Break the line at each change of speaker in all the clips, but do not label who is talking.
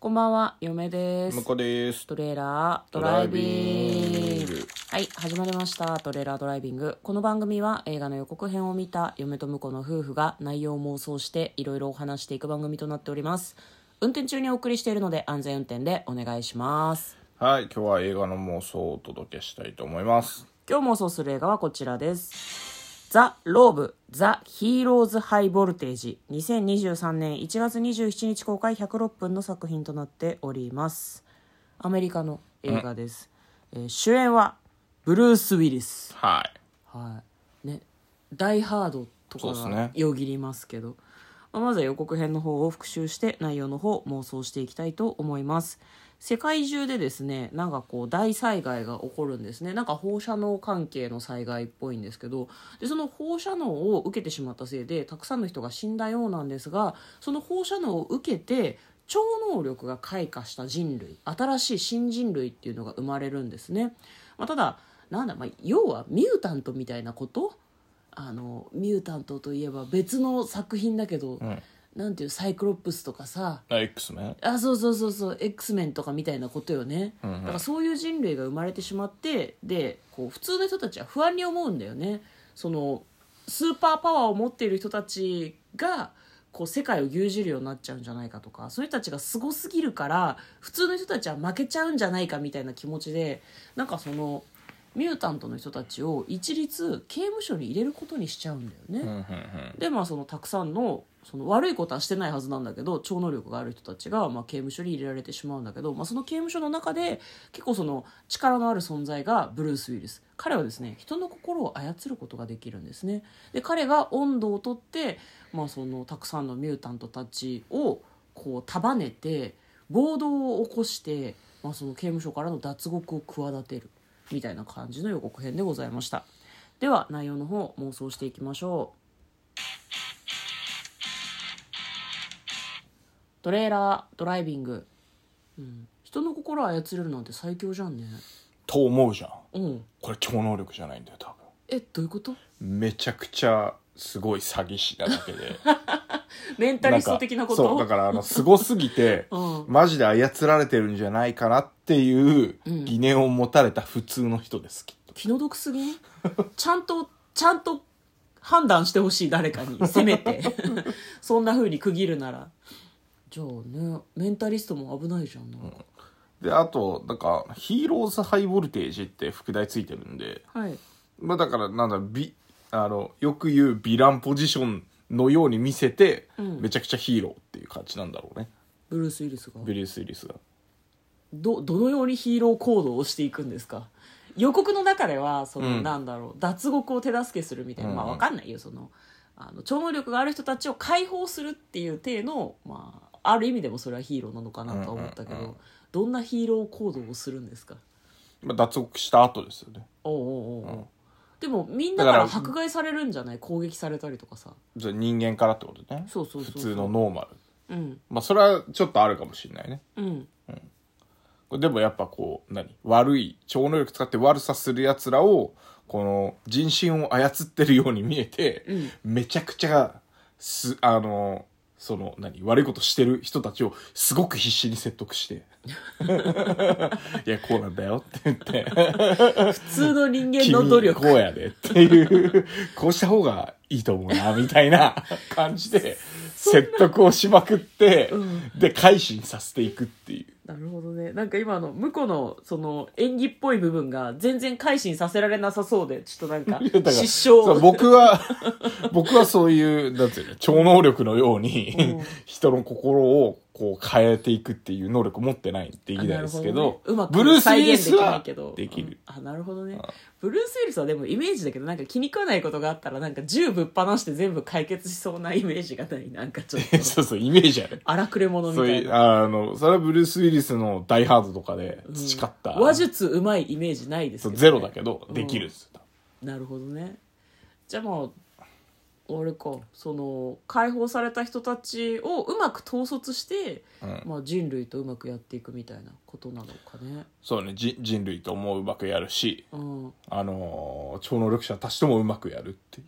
こんばんは、嫁です
向。こうです
トレーラード
ド
ラ
ラ
イ
イ
ビ
ビ
ン
ン
グ
グ
はい始まりましたトレーラードライビングこの番組は映画の予告編を見た嫁と婿の夫婦が内容を妄想していろいろお話していく番組となっております運転中にお送りしているので安全運転でお願いします
はい今日は映画の妄想をお届けしたいと思います
今日妄想する映画はこちらですザ・ローブ・ザ・ヒーローズ・ハイ・ボルテージ2023年1月27日公開106分の作品となっておりますアメリカの映画です、えー主演はブルース・ウィリス
はい
はいね「ダイ・ハード」とか
そうですね
がよぎりますけどまあまずは予告編の方を復習して内容の方を妄想していきたいと思います世界中でですねなんかこう大災害が起こるんですねなんか放射能関係の災害っぽいんですけどでその放射能を受けてしまったせいでたくさんの人が死んだようなんですがその放射能を受けて超能力が開花した人類新しい新人類っていうのが生まれるんですね、まあ、ただなんだ、まあ、要はミュータントみたいなことあのミュータントといえば別の作品だけど、なんていうサイクロプスとかさ
あ X ね
あそうそうそうそう X メンとかみたいなことよね、だからそういう人類が生まれてしまってでこう普通の人たちは不安に思うんだよねそのスーパーパワーを持っている人たちがこう世界を牛耳るようになっちゃうんじゃないかとかそういう人たちがすごすぎるから普通の人たちは負けちゃうんじゃないかみたいな気持ちでなんかそのミュータントの人たちを一律刑務所に入れることにしちゃうんだよね。
うんうんうん
でまあそのたくさんのその悪いことはしてないはずなんだけど超能力がある人たちがまあ刑務所に入れられてしまうんだけど、まあ、その刑務所の中で結構その力のある存在がブルース・ウィリス彼はですね人の心を操ることができるんですねで彼が温度をとって、まあ、そのたくさんのミュータントたちをこう束ねて暴動を起こして、まあ、その刑務所からの脱獄を企てるみたいな感じの予告編でございましたでは内容の方妄想していきましょうトレーラードライビング、うん、人の心を操れるなんて最強じゃんね
と思うじゃん
うん
これ超能力じゃないんだよ多
えどういうこと
分めちゃくちゃすごい詐欺師なだけ で
メンタ
な
リ
ん
スト
か
的なこと
そうだからあのすごすぎて
うん
マジで操られてるんじゃないかなっていう
うん
疑念を持たれた普通の人ですきっと
気の毒すぎ んちゃんとちゃんと判断してほしい誰かにせめ てそんな風に区切るならじゃあねメンタリストも危ないじゃんなんか、
であとなんか「ヒーローズハイボルテージ」って副題ついてるんで
はい
まあだからなんだビあのよく言うヴィランポジションのように見せて、
うん
めちゃくちゃヒーローっていう感じなんだろうね
ブルース・ウィリスが
ブリュース・ウィリスが
どどのようにヒーロー行動をしていくんですか予告の中ではその、
うん
なんだろう脱獄を手助けするみたいな、まあ
うんうん
わかんないよそのあの超能力がある人たちを解放するっていう体の、まあ、ある意味でもそれはヒーローなのかなとは思ったけど、
うんうんうん
どんなヒーロー行動をするんですか
まあ、脱獄した後ですよね
おうおうおうおう、
うん
でもみんなか
だからら
迫害されるんじゃない攻撃されたりとかさ
じゃあ人間からってことね
そうそうそうそう
普通のノーマ
う
ル
ん
まあそれはちょっとあるかもしれないね
うん
でもやっぱこう何悪い超能力使って悪さするやつらをこの人心を操ってるように見えて、
うん
めちゃくちゃすあのその何悪いことしてる人たちをすごく必死に説得して いやこうなんだよって言って
普通の人間の
君
努
こ
力
うやでっていうこうした方がいいと思うなみたいな感じで説得をしまくって、
うん
で改心させていくっていう。
なるほどね。なんか今の、向こうの、その、演技っぽい部分が、全然改心させられなさそうで、ちょっとなんか
いや、だから
失笑。
そう僕は、僕はそういう、なんていうの、超能力のように、
うん
人の心をこう変えていくっていう能力持ってないって言いたいですけど、
あなるほねうまく
ブルース・ウ
再
ィリ
現で
ス
きな
はい
けど
できる。
うんあなるほどね
ん
ブルース・ウィリスはでもイメージだけどなんか気に食わないことがあったらなんか銃ぶっ放して全部解決しそうなイメージがないなんかちょっと
そうそう、イメージある。
荒くれ者み
そう
たい
いう、
な
あの、それはブルース・ウィリスのダイハードとかで培った、
話術うまいイメージないです
そ
け
う
どね、
ゼロだけど、できるんですよ。
なるほどねじゃあまああれかその解放された人たちをうまく統率して、
うん
まあ、人類とうまくやっていくみたいなことなのかね、
そうね、じ人類と思ううまくやるし、
うん、
あのー超能力者たちともうまくやるっていう。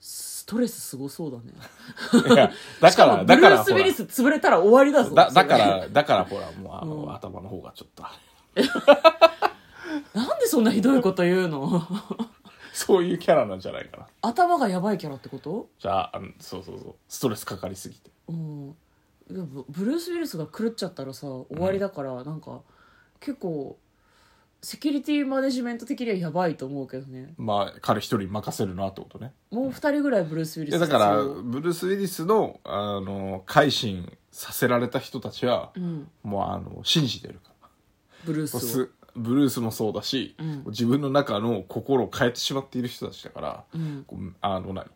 ストレスすごそうだね
いやだ
し
か
かも
ら
ブ
だ
ル
か
ー
ら
ス・
ほ
ウィリ
ら
ス潰れたら終わりだぞ
だだか
それ
らだからほらもうあの、
うん
頭の方がちょっとあれ
なんでそんなひどいこと言うの
そういうキャラなんじゃないかな
頭がやばいキャラってこと
じゃああのそうそうそうストレスかかりすぎて
うんいやブブルース・ウィルスが狂っちゃったらさ終わりだから、なんか結構セキュリティマネジメント的にはやばいと思うけどね
まあ彼一人に任せるなってことね
もう2人ぐらいブルース・ウィ
い
ル
や
ス
だから
必要
ブルース・ウィリスのあの改心させられた人たちは、
うん、
もうあの信じてるから
ブルースを
スブルースもそうだし、
うん
自分の中の心を変えてしまっている人たちだから、
うん
こうあの何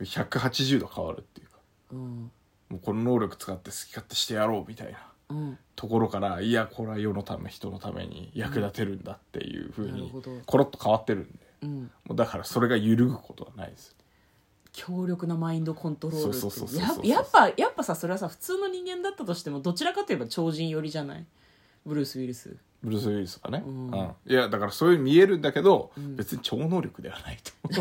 180度変わるっていうか
うん
もうこの能力使って好き勝手してやろうみたいな
うん
ところからいやこれは世のため人のために役立てるんだっていうふう
なる
に
ほど
コロッと変わってるんで、
うん
もうだからそれが揺るぐことはないです
強力なマインドコントロールっていう
そうそうそうそうそうそう
ややっぱやっぱさそれはさ普通の人間だったとしてもどちらかといえば超人寄りじゃないブルース・ウィルス
ブルース・ウィリスはね、
うん
いやだからそういう見えるんだけど、
ん
別に超能力ではないと思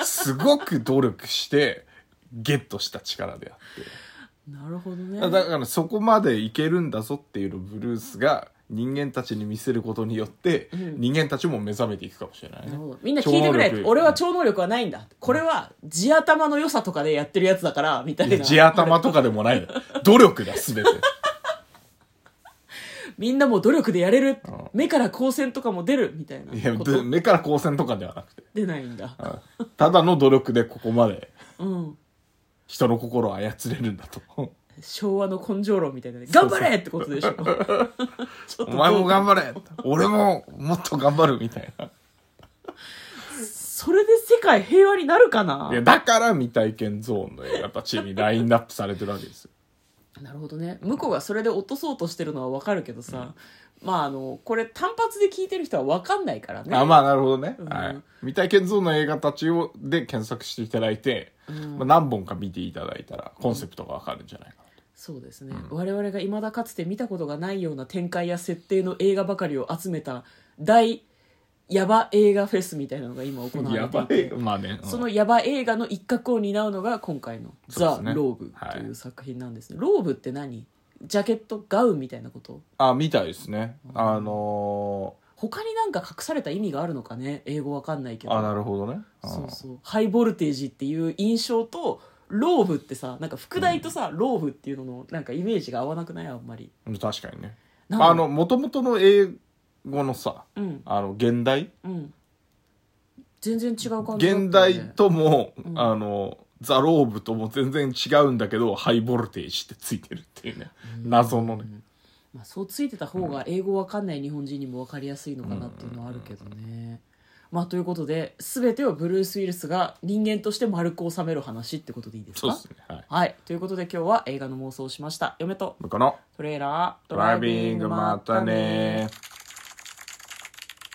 うすごく努力してゲットした力であって。
なるほどね
だだからそこまでいけるんだぞっていうのをブルースが人間たちに見せることによって、
うん
人間たちも目覚めていくかもしれないね
なるほどみんな聞いてく
超能
れ
力
俺は超能力はないんだこれは地頭の良さとかでやってるやつだからみたい
地
な
頭とかでもないの努力だ全て
みんなもう努力でやれる
うん
目から光線とかも出るみたいない
や
こと
で目から光線とかではなくて
出ないんだ
うんただの努力でここまで
うん
人の心を操れるんだと
昭和の根性論みたいなね頑張れってことでしょちょっ
お
と
前も
どう
頑張れ俺ももっと頑張るみたいな
それで世界平和になるかない
やだから未体験ゾーンの映画たちにラインナップされてるわけですよ
なるほどね向こうがそれで落とそうとしてるのはわかるけどさ、まああのこれ単発で聞いてる人はわかんないからね
あまあなるほどね、
うん
はい未体験ゾーンの映画たちをで検索していただいて、まあ、何本か見ていただいたらコンセプトがわかるんじゃないかな、
そうですね、我々がいまだかつて見たことがないような展開や設定の映画ばかりを集めた大ヤバ映画フェスみたいなのが今行
やば
われてい
い
て
まあね、うん
そのヤバ映画の一角を担うのが今回の「
そうで
ザ・
す
ロ
ね
ーブ」という作品なんですね、ローブって何ジャケットガウンみたいなこと
あみたいですねあの
他になんか隠された意味があるのかね英語わかんないけ
ー
ど
あなるほどね、うん
そうそうハイボルテージっていう印象とローブってさなんか副題とさ、ローブっていうののなんかイメージが合わなくないあんまり
うん確かにね
なんか
あの元々の英語のさ
うん
あの現代
うん全然違う感じだったよね
現代とも、
ん
あのザ・ローブとも全然違うんだけどハイボルテージってついてるっていうね謎のね、
まあ、そうついてた方が英語わかんない日本人にもわかりやすいのかなっていうのはあるけどねまあということで全てをブルース・ウィルスが人間として丸く収める話ってことでいいです
そう
か
ですねはい
はいということで今日は映画の妄想をしました嫁と
これかな
トレーラード
ドライビングまたね